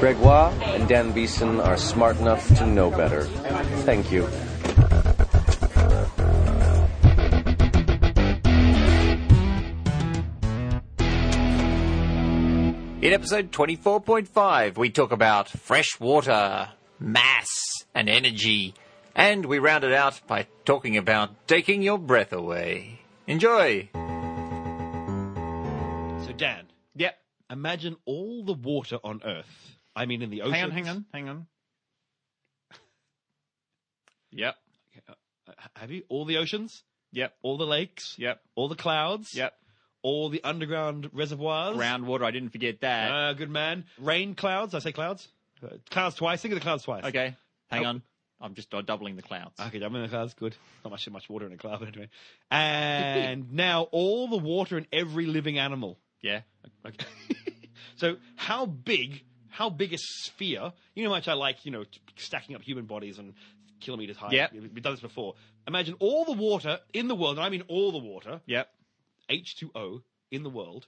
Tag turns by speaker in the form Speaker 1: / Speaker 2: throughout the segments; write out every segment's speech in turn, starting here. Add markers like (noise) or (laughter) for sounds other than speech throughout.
Speaker 1: Gregoire and Dan Beeson are smart enough to know better. Thank you.
Speaker 2: In episode 24.5, we talk about fresh water, mass, and energy, and we round it out by talking about taking your breath away. Enjoy!
Speaker 3: So Dan,
Speaker 4: Yep.
Speaker 3: imagine all the water on Earth. I mean, in the ocean.
Speaker 4: Hang on, hang on, hang on. Yep.
Speaker 3: uh, Have you all the oceans,
Speaker 4: Yep.
Speaker 3: all the lakes,
Speaker 4: Yep.
Speaker 3: all the clouds,
Speaker 4: Yep.
Speaker 3: all the underground reservoirs?
Speaker 4: Groundwater, I didn't forget that.
Speaker 3: Ah, good man. Rain clouds. I say clouds. Uh, Clouds twice. Think of the clouds twice.
Speaker 4: okay. Hang
Speaker 3: Oh.
Speaker 4: on. I'm just uh, doubling the clouds.
Speaker 3: Okay, I'm in the clouds. Good. Not much, much water in a cloud, (laughs) but anyway. And now all the water in every living animal.
Speaker 4: Yeah.
Speaker 3: Okay. (laughs) so how big? How big a sphere? You know how much I like, you know, t- stacking up human bodies and kilometers high.
Speaker 4: Yep.
Speaker 3: We've done this before. Imagine all the water in the world, and I mean all the water,
Speaker 4: Yep.
Speaker 3: H2O in the world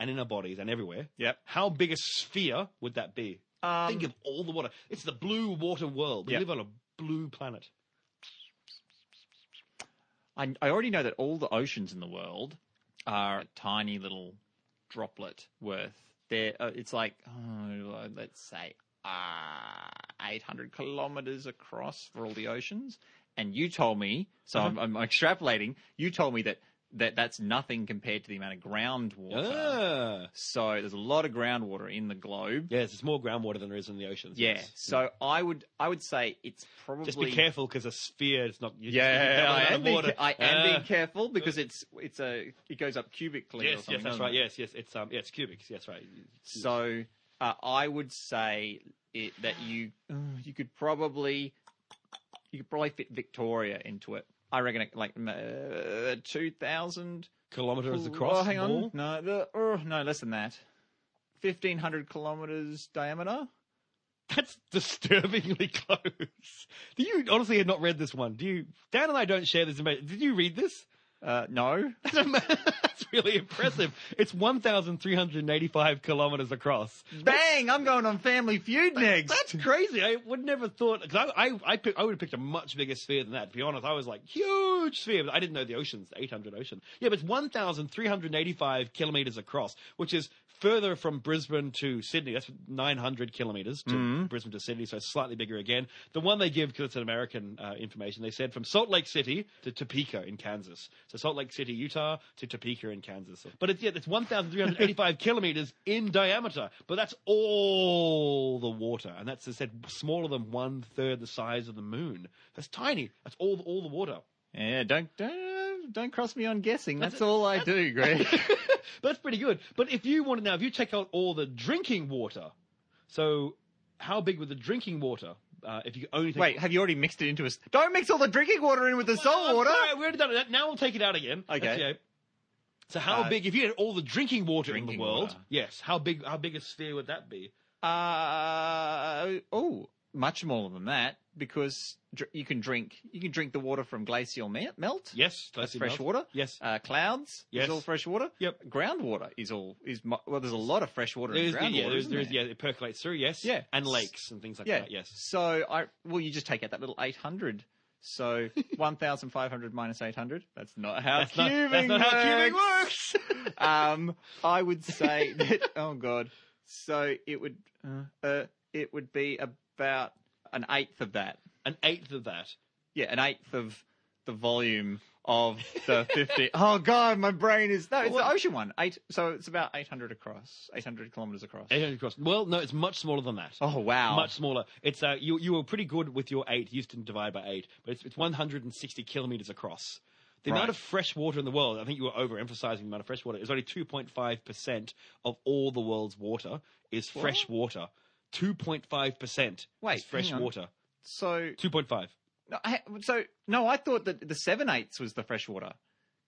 Speaker 3: and in our bodies and everywhere.
Speaker 4: Yep.
Speaker 3: How big a sphere would that be?
Speaker 4: Um,
Speaker 3: Think of all the water. It's the blue water world. We
Speaker 4: Yep.
Speaker 3: live on a blue planet.
Speaker 4: I, I already know that all the oceans in the world are a tiny little droplet worth. They're, uh, it's like, oh, uh, let's say, uh, 800 kilometers across for all the oceans. And you told me, so
Speaker 3: Uh-huh.
Speaker 4: I'm, I'm extrapolating, you told me that, that that's nothing compared to the amount of groundwater.
Speaker 3: Ah.
Speaker 4: So there's a lot of groundwater in the globe.
Speaker 3: Yes, it's more groundwater than there is in the oceans.
Speaker 4: Yeah.
Speaker 3: yes.
Speaker 4: So I would I would say it's probably
Speaker 3: Just be careful because a sphere is not. you- you
Speaker 4: Yeah,
Speaker 3: don't
Speaker 4: I
Speaker 3: want
Speaker 4: am, Uh. being,
Speaker 3: water.
Speaker 4: I am
Speaker 3: Ah.
Speaker 4: being careful because it's it's a it goes up cubically. or
Speaker 3: Yes,
Speaker 4: something,
Speaker 3: yes, that's
Speaker 4: doesn't
Speaker 3: right.
Speaker 4: it?
Speaker 3: Yes, yes, it's um, yeah, it's cubics. Yes, right.
Speaker 4: So uh, I would say it, that you uh, you could probably you could probably fit Victoria into it. I reckon it, like uh, two thousand
Speaker 3: Kilometers across.
Speaker 4: Oh, hang on,
Speaker 3: more? (laughs)
Speaker 4: no, the, oh, no, less than that. Fifteen hundred kilometers diameter.
Speaker 3: That's disturbingly (laughs) close. Do you honestly have not read this one? Do you? Dan and I don't share this information. Did you read this? (laughs)
Speaker 4: Uh, no,
Speaker 3: That's ama- that's really impressive. It's 1,385 kilometers across.
Speaker 4: bang! I'm going on Family Feud next.
Speaker 3: That's crazy. I would never thought. Cause I, I, I, pick, I would have picked a much bigger sphere than that. To be honest, I was like huge sphere, but I didn't know the oceans, the 800 ocean. Yeah, but it's 1,385 kilometers across, which is further from Brisbane to Sydney. That's 900 kilometers to Brisbane to Sydney, so it's slightly bigger again. The one they give because it's an American uh, information. They said from Salt Lake City to Topeka in Kansas. So Salt Lake City, Utah to Topeka in Kansas. But it's yeah, it's 1,385 (laughs) kilometers in diameter. But that's all the water, and that's they said smaller than one third the size of the moon. That's tiny. That's all all the water.
Speaker 4: Yeah, don't don't don't cross me on guessing. That's all I do, Greg.
Speaker 3: That's pretty good. (laughs) But if you want to now, if you take out all the drinking water, so how big would the drinking water? Uh, if you could only take
Speaker 4: Wait, have you already mixed it into us? Don't mix all the drinking water in with the salt
Speaker 3: Oh,
Speaker 4: water.
Speaker 3: sorry, we already done it. Now we'll take it out again.
Speaker 4: Okay.
Speaker 3: That's So how
Speaker 4: Uh,
Speaker 3: big? If you had all the drinking water in
Speaker 4: Drinking
Speaker 3: the world,
Speaker 4: water.
Speaker 3: yes. How big? How big a sphere would that be?
Speaker 4: Uh oh, much smaller than that because dr- you can drink you can drink the water from glacial me- melt.
Speaker 3: Yes,
Speaker 4: That's
Speaker 3: glacial
Speaker 4: fresh
Speaker 3: melt.
Speaker 4: water.
Speaker 3: Yes.
Speaker 4: Uh, clouds
Speaker 3: Yes.
Speaker 4: is all fresh water.
Speaker 3: Yep.
Speaker 4: Groundwater is all is mu- well. There's a lot of fresh water
Speaker 3: There
Speaker 4: in
Speaker 3: is,
Speaker 4: groundwater.
Speaker 3: yeah, there is,
Speaker 4: isn't
Speaker 3: there is,
Speaker 4: there?
Speaker 3: yeah, it percolates through. Yes.
Speaker 4: Yeah.
Speaker 3: And lakes and things like
Speaker 4: Yeah.
Speaker 3: that. Yes.
Speaker 4: So I well, you just take out that little eight hundred. (laughs) So one thousand five hundred minus eight hundred. That's not how
Speaker 3: That's not- that's
Speaker 4: cubing
Speaker 3: not
Speaker 4: works.
Speaker 3: how cubing
Speaker 4: um, I would say that. Oh God. So it would uh, it would be about an eighth of that.
Speaker 3: (laughs) An eighth of that.
Speaker 4: Yeah, an eighth of the volume of the
Speaker 3: (laughs)
Speaker 4: fifty. oh God, my brain is no. It's the ocean one. Eight. So it's about eight hundred across. Eight hundred kilometers across.
Speaker 3: 800 across. Well, no, it's much smaller than that.
Speaker 4: Oh wow.
Speaker 3: Much smaller. It's uh, you. You were pretty good with your eight. You used to divide by eight, but it's, it's 160 kilometers across. The
Speaker 4: Right.
Speaker 3: amount of fresh water in the world, I think you were overemphasizing the amount of fresh water. It's only 2.5 percent of all the world's water is fresh water. 2.5 percent
Speaker 4: Wait,
Speaker 3: is fresh
Speaker 4: hang on.
Speaker 3: water.
Speaker 4: So
Speaker 3: 2.5.
Speaker 4: No, I, so no, I thought that the seven eighths was the freshwater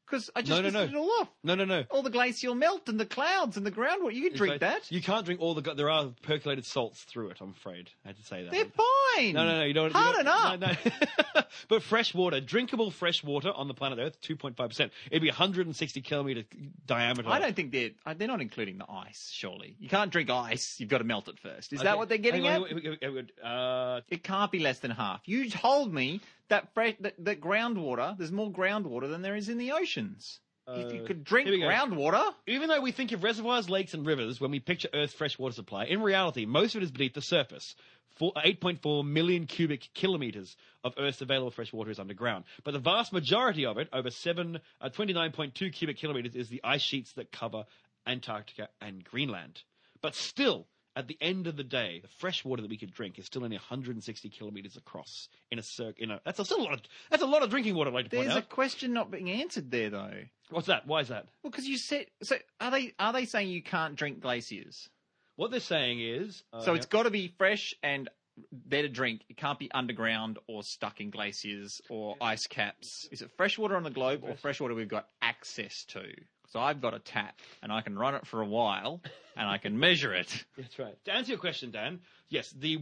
Speaker 4: Because I just
Speaker 3: No, no,
Speaker 4: listed
Speaker 3: no.
Speaker 4: it all off.
Speaker 3: No, no, no.
Speaker 4: All the glacial melt and the clouds and the groundwater. You can drink
Speaker 3: It's like-
Speaker 4: that.
Speaker 3: You can't drink all the. There are percolated salts through it. I'm afraid. I had to say that.
Speaker 4: They're fine.
Speaker 3: No, no, no. You don't.
Speaker 4: Hard
Speaker 3: you don't,
Speaker 4: enough.
Speaker 3: No, no. (laughs) but fresh water, drinkable fresh water on the planet Earth, 2.5 percent. It'd be 160 kilometer diameter.
Speaker 4: I don't think they're uh, they're not including the ice. Surely you can't drink ice. You've got to melt it first. Is
Speaker 3: Okay.
Speaker 4: that what they're getting
Speaker 3: Hang
Speaker 4: at?
Speaker 3: on, hang on, hang on, hang on. Uh,
Speaker 4: It can't be less than half. You told me that fresh that, that groundwater. There's more groundwater than there is in the oceans. if you
Speaker 3: Uh,
Speaker 4: could drink
Speaker 3: here we go.
Speaker 4: groundwater,
Speaker 3: even though we think of reservoirs, lakes, and rivers when we picture Earth's freshwater supply, in reality, most of it is beneath the surface. Four- 8.4 million cubic kilometers of Earth's available fresh water is underground. But the vast majority of it, over seven, uh, 29.2 cubic kilometers, is the ice sheets that cover Antarctica and Greenland. But still, at the end of the day, the fresh water that we could drink is still only 160 kilometers across in a circle. In a, that's a, still a lot. Of, that's a lot of drinking water. I'd like to point
Speaker 4: there's a
Speaker 3: out.
Speaker 4: question not being answered there though.
Speaker 3: What's that? Why is that?
Speaker 4: Well, because you said so. Are they are they saying you can't drink glaciers?
Speaker 3: What they're saying is. uh,
Speaker 4: so
Speaker 3: yeah.
Speaker 4: it's got to be fresh and there to drink. It can't be underground or stuck in glaciers or ice caps. Is it fresh water on the globe or fresh water we've got access to? So I've got a tap and I can run it for a while and I can measure
Speaker 3: (laughs)
Speaker 4: it.
Speaker 3: That's right. To answer your question, Dan, yes, the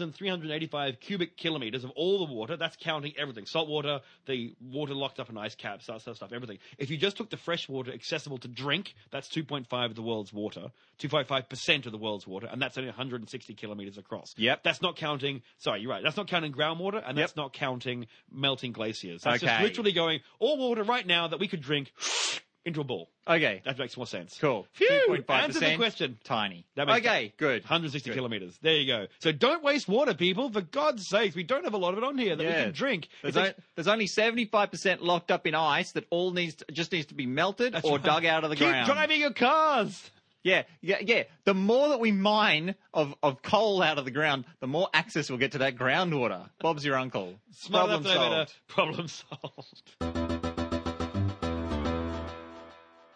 Speaker 3: 1,385 cubic kilometers of all the water, that's counting everything salt water, the water locked up in ice caps, that sort of stuff, everything. If you just took the fresh water accessible to drink, that's 2.5 of the world's water, 2.5% of the world's water, and that's only 160 kilometers across.
Speaker 4: Yep.
Speaker 3: That's not counting, sorry, you're right, that's not counting groundwater, and that's
Speaker 4: Yep.
Speaker 3: not counting melting glaciers. That's just
Speaker 4: Okay.
Speaker 3: literally going all water right now that we could drink into a ball.
Speaker 4: Okay,
Speaker 3: That makes more sense.
Speaker 4: cool.
Speaker 3: Phew,
Speaker 4: 2.5%.
Speaker 3: answer the question.
Speaker 4: Tiny.
Speaker 3: That makes
Speaker 4: okay, good.
Speaker 3: 160
Speaker 4: Good.
Speaker 3: kilometers. There you go. So don't waste water, people. For God's sakes, we don't have a lot of it on here that we
Speaker 4: Yeah.
Speaker 3: can drink.
Speaker 4: There's,
Speaker 3: It's
Speaker 4: o- there's only 75% locked up in ice that all needs to, just needs to be melted
Speaker 3: That's
Speaker 4: or
Speaker 3: right.
Speaker 4: dug out of the
Speaker 3: Keep
Speaker 4: ground.
Speaker 3: driving your cars.
Speaker 4: Yeah, yeah, yeah. The more that we mine of, of coal out of the ground, the more access we'll get to that groundwater. Bob's your uncle.
Speaker 3: Smart enough
Speaker 4: Problem
Speaker 3: to know uh, better.
Speaker 4: solved.
Speaker 3: Problem solved. (laughs)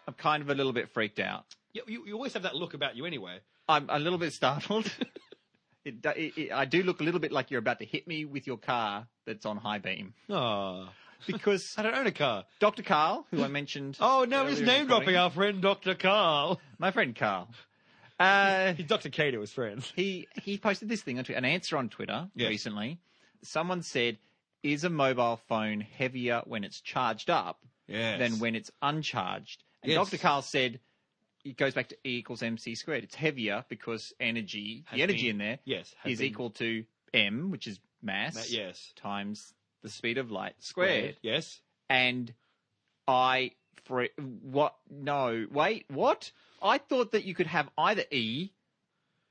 Speaker 4: I'm kind of a little bit freaked out.
Speaker 3: You, you, you always have that look about you anyway.
Speaker 4: I'm a little bit
Speaker 3: (laughs)
Speaker 4: startled. it, do- it, it, I do look a little bit like you're about to hit me with your car that's on high beam.
Speaker 3: Ah,
Speaker 4: Because
Speaker 3: I don't own a car.
Speaker 4: Dr. Carl, who I mentioned.
Speaker 3: Oh, no,
Speaker 4: earlier
Speaker 3: he's
Speaker 4: in
Speaker 3: name dropping
Speaker 4: recording-
Speaker 3: our friend Dr. Carl.
Speaker 4: My friend Carl. Uh,
Speaker 3: (laughs) He's Dr. K to his friends.
Speaker 4: he he posted this thing on Twitter, an answer on Twitter
Speaker 3: Yes.
Speaker 4: recently. Someone said, "Is a mobile phone heavier when it's charged up
Speaker 3: Yes.
Speaker 4: than when it's uncharged?" And
Speaker 3: Yes.
Speaker 4: Dr. Carl said, "It goes back to E equals mc squared. It's heavier because energy,
Speaker 3: Has
Speaker 4: the energy
Speaker 3: been-
Speaker 4: in there, is
Speaker 3: Yes. has been-
Speaker 4: equal to m, which is mass,
Speaker 3: Ma- Yes.
Speaker 4: times the speed of light squared."
Speaker 3: Yes.
Speaker 4: and I fre- what no wait what I thought that you could have either e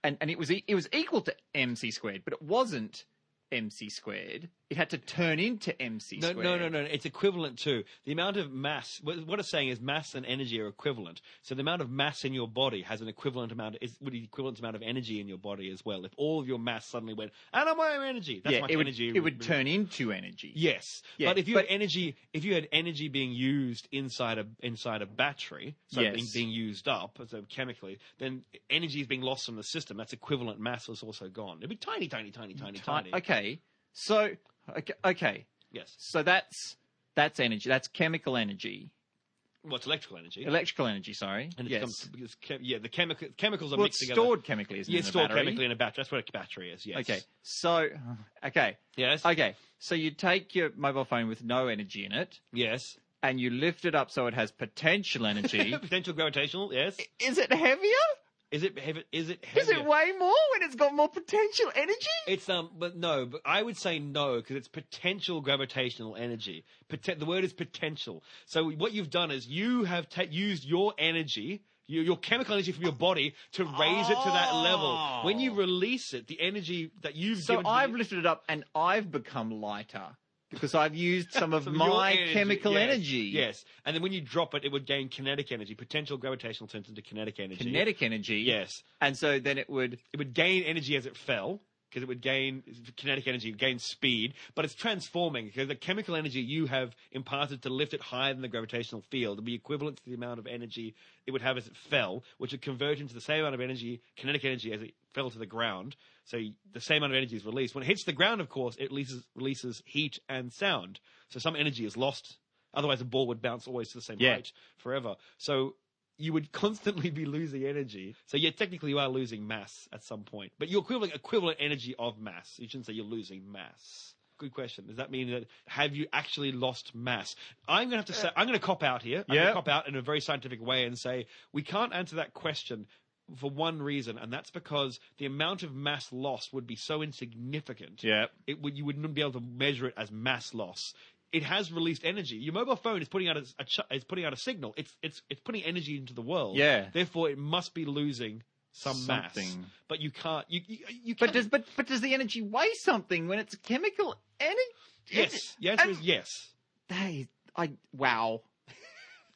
Speaker 4: and and it was e- it was equal to mc squared but it wasn't mc squared it had to turn into mc
Speaker 3: No,
Speaker 4: squared
Speaker 3: no, no, no. It's equivalent to the amount of mass. What what it's saying is mass and energy are equivalent. So the amount of mass in your body has an equivalent amount. Is would be the equivalent amount of energy in your body as well. If all of your mass suddenly went, and I'm out of energy. That's
Speaker 4: yeah
Speaker 3: my
Speaker 4: it would
Speaker 3: energy.
Speaker 4: it would turn into energy
Speaker 3: Yes,
Speaker 4: Yeah,
Speaker 3: but if you
Speaker 4: but-
Speaker 3: had energy, if you had energy being used inside a inside a battery, so
Speaker 4: Yes.
Speaker 3: being, being used up so chemically, then energy is being lost from the system. That's equivalent mass is also gone. It'd be tiny, tiny, tiny, tiny,
Speaker 4: Ti-
Speaker 3: tiny.
Speaker 4: okay so okay, okay
Speaker 3: Yes,
Speaker 4: so that's that's energy that's chemical energy
Speaker 3: well, it's electrical energy.
Speaker 4: electrical energy sorry
Speaker 3: and it
Speaker 4: yes
Speaker 3: becomes, it's chem- yeah, the chemical chemicals are
Speaker 4: well,
Speaker 3: mixed
Speaker 4: it's
Speaker 3: together.
Speaker 4: stored chemically isn't
Speaker 3: yeah,
Speaker 4: it in a
Speaker 3: stored
Speaker 4: battery?
Speaker 3: chemically in a battery. That's what a battery is. Yes.
Speaker 4: okay so okay
Speaker 3: Yes.
Speaker 4: Okay, so you take your mobile phone with no energy in it
Speaker 3: yes.
Speaker 4: (laughs) and you lift it up so it has potential energy.
Speaker 3: (laughs) Potential gravitational. Yes.
Speaker 4: (laughs) is it heavier?
Speaker 3: Is it? heavy- Is it?
Speaker 4: Is
Speaker 3: heavier?
Speaker 4: it way more when it's got more potential energy?
Speaker 3: It's um, but no, but I would say no because it's potential gravitational energy. Poten- the word is potential. So what you've done is you have ta- used your energy, your, your chemical energy from your body, to raise it to that level. When you
Speaker 4: Oh.
Speaker 3: release it, the energy that you've
Speaker 4: So
Speaker 3: given to
Speaker 4: I've
Speaker 3: the-
Speaker 4: lifted it up and I've become lighter because I've used
Speaker 3: (laughs)
Speaker 4: some of
Speaker 3: Some of your
Speaker 4: my
Speaker 3: energy,
Speaker 4: chemical
Speaker 3: yes,
Speaker 4: energy.
Speaker 3: Yes, and then when you drop it, it would gain kinetic energy. Potential gravitational turns into kinetic energy.
Speaker 4: Kinetic energy.
Speaker 3: Yes,
Speaker 4: And so then it would.
Speaker 3: it would gain energy as it fell because it would gain kinetic energy, gain speed, but it's transforming because the chemical energy you have imparted to lift it higher than the gravitational field would be equivalent to the amount of energy it would have as it fell, which would convert into the same amount of energy, kinetic energy, as it fell to the ground. So the same amount of energy is released. When it hits the ground, of course, it releases, releases heat and sound. So some energy is lost Otherwise, the ball would bounce always to the same
Speaker 4: Yeah.
Speaker 3: height forever. So you would constantly be losing energy. So yeah, technically you are losing mass at some point, but you're equivalent equivalent energy of mass. You shouldn't say you're losing mass. Good question. Does that mean that have you actually lost mass? I'm gonna have to say I'm gonna cop out here. I'm
Speaker 4: Yeah.
Speaker 3: gonna cop out in a very scientific way and say we can't answer that question for one reason, and that's because the amount of mass lost would be so insignificant
Speaker 4: Yeah.
Speaker 3: it would you wouldn't be able to measure it as mass loss. It has released energy. Your mobile phone is putting out a, a ch- is putting out a signal. It's it's it's putting energy into the world.
Speaker 4: Yeah.
Speaker 3: Therefore, it must be losing some mass.
Speaker 4: Something.
Speaker 3: But you can't. You you, you
Speaker 4: But
Speaker 3: can't-
Speaker 4: does but but does the energy weigh something when it's chemical energy?
Speaker 3: yes. The answer is yes.
Speaker 4: Hey, I wow. (laughs)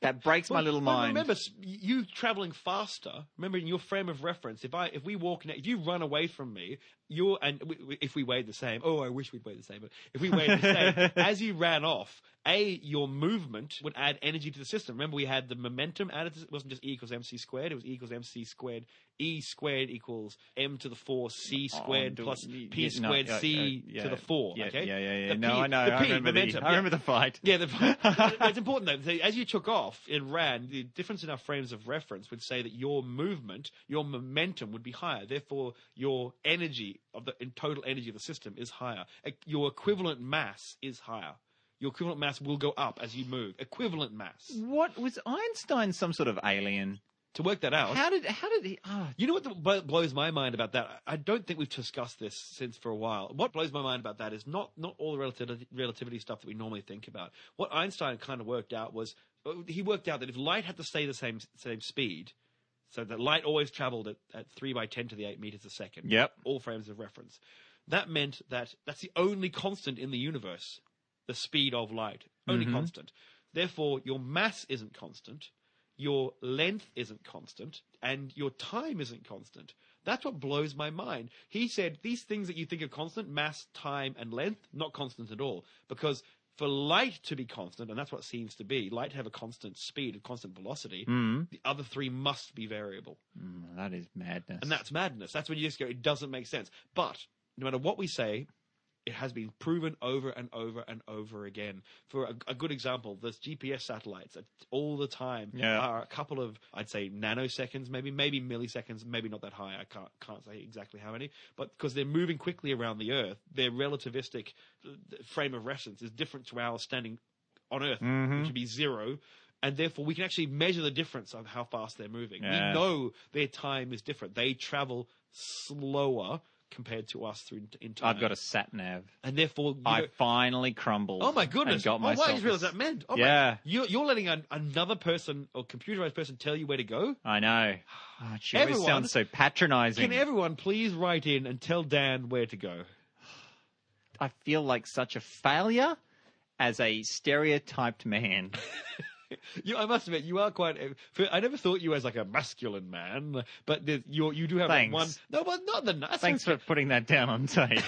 Speaker 4: That breaks my
Speaker 3: Well,
Speaker 4: little
Speaker 3: well,
Speaker 4: mind.
Speaker 3: Remember, s- you traveling faster. Remember, in your frame of reference, if I if we walk, now, if you run away from me, you're and w- w- if we weighed the same. Oh, I wish we'd weighed the same. But if we weighed the same,
Speaker 4: (laughs)
Speaker 3: as you ran off, a your movement would add energy to the system. Remember, we had the momentum added. to- It wasn't just E equals mc squared. It was E equals mc squared. E squared equals m to the four c
Speaker 4: Oh, I'm
Speaker 3: squared
Speaker 4: doing-
Speaker 3: plus
Speaker 4: yeah,
Speaker 3: p
Speaker 4: no,
Speaker 3: squared
Speaker 4: yeah,
Speaker 3: c
Speaker 4: yeah,
Speaker 3: to the
Speaker 4: yeah,
Speaker 3: four.
Speaker 4: yeah,
Speaker 3: okay.
Speaker 4: Yeah, yeah, yeah.
Speaker 3: The
Speaker 4: no,
Speaker 3: P-
Speaker 4: I know.
Speaker 3: the
Speaker 4: I
Speaker 3: P,
Speaker 4: remember
Speaker 3: momentum,
Speaker 4: the. I
Speaker 3: yeah.
Speaker 4: remember the fight.
Speaker 3: Yeah, the, it's important though. So As you took off and ran, the difference in our frames of reference would say that your movement, your momentum would be higher. Therefore, your energy of the in total energy of the system is higher. E- Your equivalent mass is higher. Your equivalent mass will go up as you move. Equivalent mass.
Speaker 4: What was Einstein? Some sort of alien?
Speaker 3: To work that out,
Speaker 4: How did how did he? ah,
Speaker 3: you know what the, blo- blows my mind about that? I I don't think we've discussed this since for a while. What blows my mind about that is not not all the relativity, relativity stuff that we normally think about. What Einstein kind of worked out was uh, he worked out that if light had to stay the same same speed, so that light always traveled at, at three by ten to the eight meters a second.
Speaker 4: Yep.
Speaker 3: all frames of reference. That meant that that's the only constant in the universe, the speed of light, only constant. Therefore, your mass isn't constant your length isn't constant and your time isn't constant. That's what blows my mind. He said these things that you think are constant, mass, time, and length, not constant at all. Because for light to be constant, and that's what it seems to be, light to have a constant speed, a constant velocity, the other three must be variable.
Speaker 4: mm, that is madness.
Speaker 3: And that's madness. That's when you just go, it doesn't make sense. But no matter what we say, it has been proven over and over and over again. For a, a good example, there's GPS satellites that all the time
Speaker 4: Yeah.
Speaker 3: are a couple of, I'd say, nanoseconds, maybe maybe milliseconds, maybe not that high. I can't can't say exactly how many, but because they're moving quickly around the Earth, their relativistic uh, frame of reference is different to ours standing on Earth,
Speaker 4: Mm-hmm.
Speaker 3: which would be zero. And therefore, we can actually measure the difference of how fast they're moving.
Speaker 4: Yeah.
Speaker 3: We know their time is different. They travel slower compared to us through in time.
Speaker 4: I've got a sat nav.
Speaker 3: and therefore, you
Speaker 4: I
Speaker 3: know-
Speaker 4: finally crumbled.
Speaker 3: oh my goodness,
Speaker 4: And got
Speaker 3: oh,
Speaker 4: myself.
Speaker 3: I just realized that meant. Oh my-
Speaker 4: Yeah.
Speaker 3: you're, you're letting an, another person or computerized person tell you where to go. (sighs)
Speaker 4: I know. Oh, gee, it
Speaker 3: Everyone-
Speaker 4: sounds so patronizing.
Speaker 3: Can everyone please write in and tell Dan where to go?
Speaker 4: I feel like such a failure as a
Speaker 3: (laughs)
Speaker 4: stereotyped man.
Speaker 3: You, I must admit, you are quite. I never thought you as like a masculine man, but there's- you you do have that
Speaker 4: Thanks.
Speaker 3: one. No, but not the. that's
Speaker 4: Thanks for putting that down
Speaker 3: (laughs)
Speaker 4: on tape.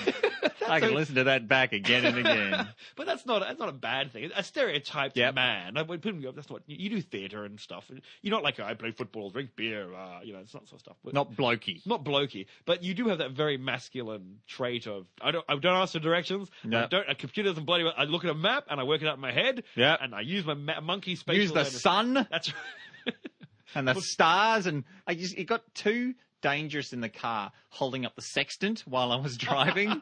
Speaker 4: I can
Speaker 3: okay.
Speaker 4: listen to that back again and
Speaker 3: (laughs)
Speaker 4: again.
Speaker 3: but that's not that's not a bad thing. A stereotyped
Speaker 4: Yep.
Speaker 3: man. I would put him. That's not you, you do theatre and stuff. You're not like "Oh, I play football, drink beer. Uh, you know, it's not sort of stuff. But
Speaker 4: Not blokey.
Speaker 3: not blokey, but you do have that very masculine trait of I don't I don't ask for directions. I
Speaker 4: Yep.
Speaker 3: don't. A computer doesn't bloody. well- I look at a map and I work it out in my head.
Speaker 4: Yep.
Speaker 3: and I use my ma- monkey spatial.
Speaker 4: Use the
Speaker 3: awareness.
Speaker 4: sun
Speaker 3: That's right. (laughs)
Speaker 4: and the stars, and I just it got too dangerous in the car holding up the sextant while I was
Speaker 3: (laughs)
Speaker 4: driving.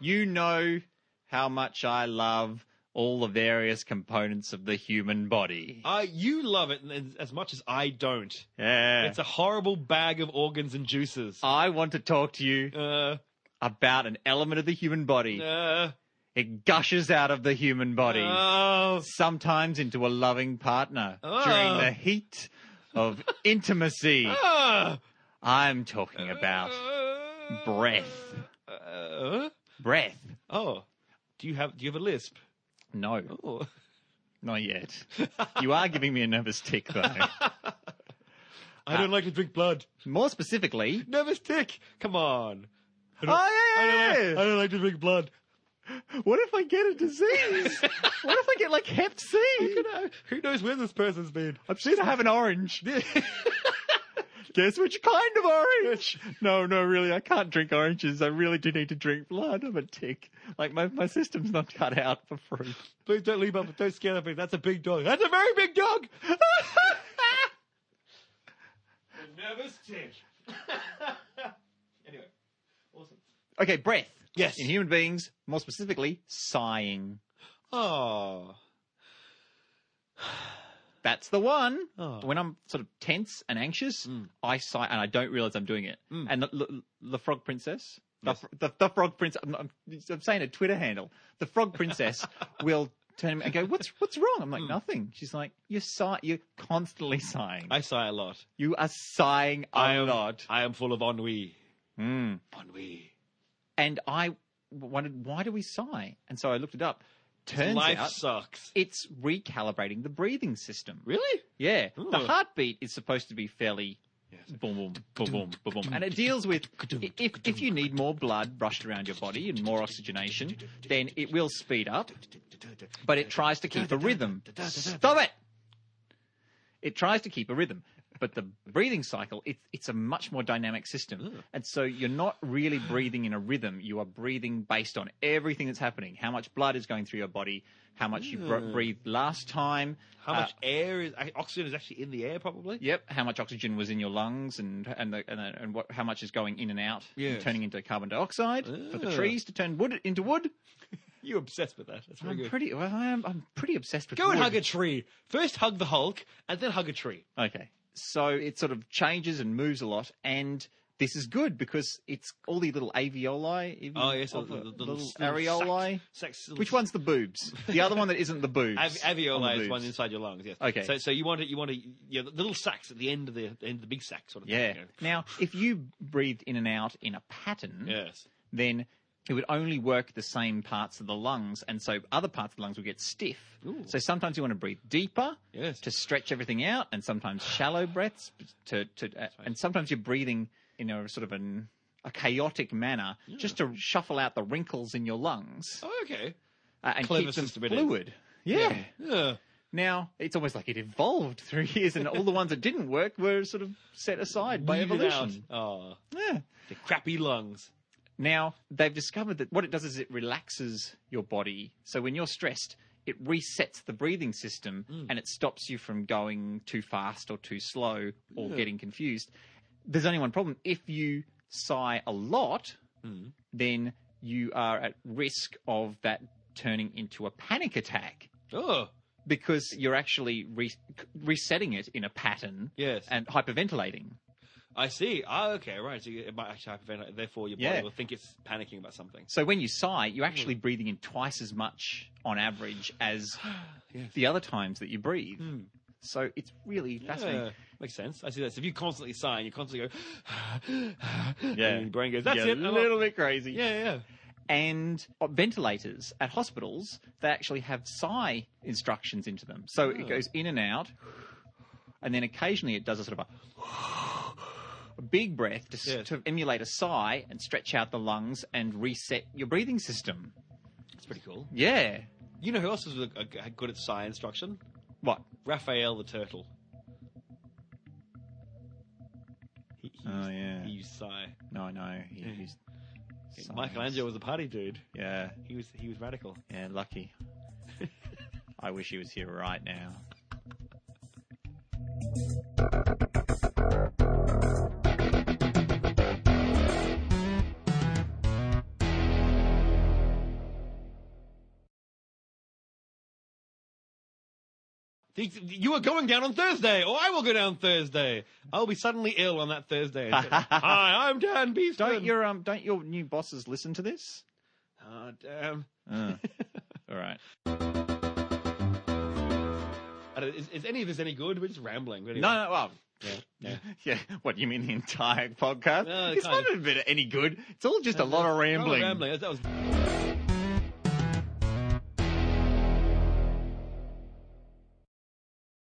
Speaker 4: you know how much I love all the various components of the human body.
Speaker 3: I you love it and- and as much as I don't.
Speaker 4: Yeah. Uh,
Speaker 3: It's a horrible bag of organs and juices.
Speaker 4: I want to talk to you
Speaker 3: Uh,
Speaker 4: about an element of the human body.
Speaker 3: uh,
Speaker 4: It gushes out of the human body,
Speaker 3: oh,
Speaker 4: sometimes into a loving partner
Speaker 3: Oh.
Speaker 4: during the heat of intimacy.
Speaker 3: ah.
Speaker 4: I'm talking about breath.
Speaker 3: Uh,
Speaker 4: Breath.
Speaker 3: oh, do you have do you have a lisp?
Speaker 4: No,
Speaker 3: Oh.
Speaker 4: not yet. You are giving me a nervous tick, though.
Speaker 3: I don't like to drink blood.
Speaker 4: (laughs) More specifically,
Speaker 3: Nervous tick. Come on. I don't,
Speaker 4: Oh, yeah, yeah,
Speaker 3: I don't, like-
Speaker 4: yeah.
Speaker 3: I don't like to drink blood.
Speaker 4: what if I get a disease? what if I get like Hep C?
Speaker 3: Who knows where this person's been? (laughs)
Speaker 4: I'm sure to have an orange. Guess which kind of orange? No, no, really, I can't drink oranges. I really do need to drink blood. I'm a tick. Like my, my system's not cut out for fruit. (laughs)
Speaker 3: Please don't leave up. Don't scare that thing. That's a big dog. That's a very big dog. nervous tick. (laughs) anyway, awesome.
Speaker 4: Okay, breath.
Speaker 3: Yes.
Speaker 4: In human beings, more specifically, sighing.
Speaker 3: Oh.
Speaker 4: That's the one.
Speaker 3: Oh. Mm.
Speaker 4: When I'm sort of tense and anxious, I sigh and I don't realize I'm doing it. And the, the, the frog princess, the, fr- the, the frog princess, I'm, I'm, I'm saying a Twitter handle. The frog
Speaker 3: (laughs)
Speaker 4: princess will turn to me and go, "What's what's wrong?" I'm like, "Nothing." She's like, "You're sigh. You're constantly sighing.
Speaker 3: Mm. I sigh a lot.
Speaker 4: you are sighing a
Speaker 3: I am
Speaker 4: lot."
Speaker 3: I am full of ennui.
Speaker 4: Mm.
Speaker 3: Ennui.
Speaker 4: And I wondered, why do we sigh? And so I looked it up. Turns
Speaker 3: Life
Speaker 4: out
Speaker 3: sucks.
Speaker 4: it's recalibrating the breathing system.
Speaker 3: Really?
Speaker 4: Yeah, the
Speaker 3: Ooh.
Speaker 4: heartbeat is supposed to be fairly boom, boom, boom, boom, boom, boom, and it deals with i- if if you need more blood rushed around your body and more oxygenation, then it will speed up, but it tries to keep a rhythm. Stop it! It tries to keep a rhythm. But the breathing cycle, it's it's a much more dynamic system. And so you're not really breathing in a rhythm. You are breathing based on everything that's happening. How much blood is going through your body, how much you bro- breathed last time,
Speaker 3: How
Speaker 4: uh,
Speaker 3: much air is ac- oxygen is actually in the air? Probably.
Speaker 4: Yep. How much oxygen was in your lungs, and and the, and, the, and what how much is going in and out, and
Speaker 3: Yes.
Speaker 4: turning into carbon dioxide for the
Speaker 3: Ah.
Speaker 4: trees to turn wood into wood.
Speaker 3: You obsessed with that. That's very
Speaker 4: I'm
Speaker 3: good.
Speaker 4: pretty. Well, I am. I'm pretty obsessed with.
Speaker 3: Go
Speaker 4: wood.
Speaker 3: and hug a tree. First hug the Hulk, and then hug a tree.
Speaker 4: Okay. So it sort of changes and moves a lot, and this is good because it's all the little alveoli. if you-
Speaker 3: Oh yes,
Speaker 4: of
Speaker 3: the, the, the little,
Speaker 4: areoli.
Speaker 3: Sex,
Speaker 4: Which one's the boobs? The other one that isn't the
Speaker 3: (laughs)
Speaker 4: boobs.
Speaker 3: Av-
Speaker 4: On the
Speaker 3: alveoli is
Speaker 4: boobs.
Speaker 3: one inside your lungs. Yes.
Speaker 4: Okay.
Speaker 3: So, so you want to, you want to, yeah, the little sacs at the end of the end of the big sac, sort of.
Speaker 4: Yeah.
Speaker 3: Thing, you know.
Speaker 4: Now, if you breathed in and out in a pattern,
Speaker 3: Yes.
Speaker 4: then it would only work the same parts of the lungs, and so other parts of the lungs would get stiff. So sometimes you want to breathe deeper
Speaker 3: Yes.
Speaker 4: to stretch everything out, and sometimes shallow breaths to, to uh, and sometimes you're breathing in a sort of an, a chaotic manner just to shuffle out the wrinkles in your lungs
Speaker 3: Oh, okay.
Speaker 4: uh, and
Speaker 3: Clever
Speaker 4: keep them
Speaker 3: system it is.
Speaker 4: fluid. Yeah.
Speaker 3: Yeah.
Speaker 4: Now it's almost like it evolved through (laughs) years, and all the ones that didn't work were sort of set aside by
Speaker 3: Weeded
Speaker 4: evolution.
Speaker 3: out. Oh,
Speaker 4: Yeah.
Speaker 3: the crappy lungs.
Speaker 4: Now, they've discovered that what it does is it relaxes your body. So when you're stressed, it resets the breathing system and it stops you from going too fast or too slow or getting confused. There's only one problem. If you sigh a lot, then you are at risk of that turning into a panic attack
Speaker 3: Oh,
Speaker 4: because you're actually re- resetting it in a pattern
Speaker 3: Yes.
Speaker 4: and hyperventilating.
Speaker 3: I see. Ah, okay, right. So you- it might actually hyperventilate. Therefore, your body
Speaker 4: Yeah.
Speaker 3: will think it's panicking about something.
Speaker 4: So when you sigh, you're
Speaker 3: Hmm.
Speaker 4: actually breathing in twice as much on average
Speaker 3: (gasps)
Speaker 4: as the other times that you breathe. So it's really fascinating.
Speaker 3: Hmm. Yeah, makes sense. I see that. So if you constantly sigh and you constantly go, (sighs)
Speaker 4: Yeah.
Speaker 3: and your brain goes, that's
Speaker 4: You're
Speaker 3: it.
Speaker 4: a
Speaker 3: I'm
Speaker 4: little
Speaker 3: off."
Speaker 4: bit crazy.
Speaker 3: Yeah, yeah.
Speaker 4: And uh, ventilators at hospitals, they actually have sigh instructions into them. So
Speaker 3: Hmm.
Speaker 4: it goes in and out, and then occasionally it does a sort of a, a big breath to, s-
Speaker 3: Yes.
Speaker 4: to emulate a sigh and stretch out the lungs and reset your breathing system.
Speaker 3: It's pretty cool.
Speaker 4: Yeah.
Speaker 3: You know who else was a- a- a- good at sigh instruction?
Speaker 4: What?
Speaker 3: Raphael the turtle. He, he
Speaker 4: Oh,
Speaker 3: used,
Speaker 4: yeah.
Speaker 3: He used sigh.
Speaker 4: No, I know. He
Speaker 3: Yeah.
Speaker 4: used sighs.
Speaker 3: Michelangelo was a party dude.
Speaker 4: Yeah.
Speaker 3: He was he was radical.
Speaker 4: Yeah, (laughs) lucky. I wish he was here right now.
Speaker 3: He- You are going down on Thursday, or I will go down Thursday. I'll be suddenly ill on that
Speaker 4: (laughs)
Speaker 3: Thursday. Hi, I'm Dan Beeston.
Speaker 4: Don't your um don't your new bosses listen to this?
Speaker 3: Oh,
Speaker 4: (laughs)
Speaker 3: damn.
Speaker 4: Uh, all (laughs) right.
Speaker 3: I don't- Is, is any of this any good? We're just rambling. Really.
Speaker 4: No, no, well,
Speaker 3: Yeah, yeah.
Speaker 4: (laughs) yeah. What do you mean the entire podcast?
Speaker 3: No,
Speaker 4: it's
Speaker 3: kind
Speaker 4: not a bit of any good. It's all just a lot of
Speaker 3: Oh,
Speaker 4: rambling.
Speaker 3: rambling. That was-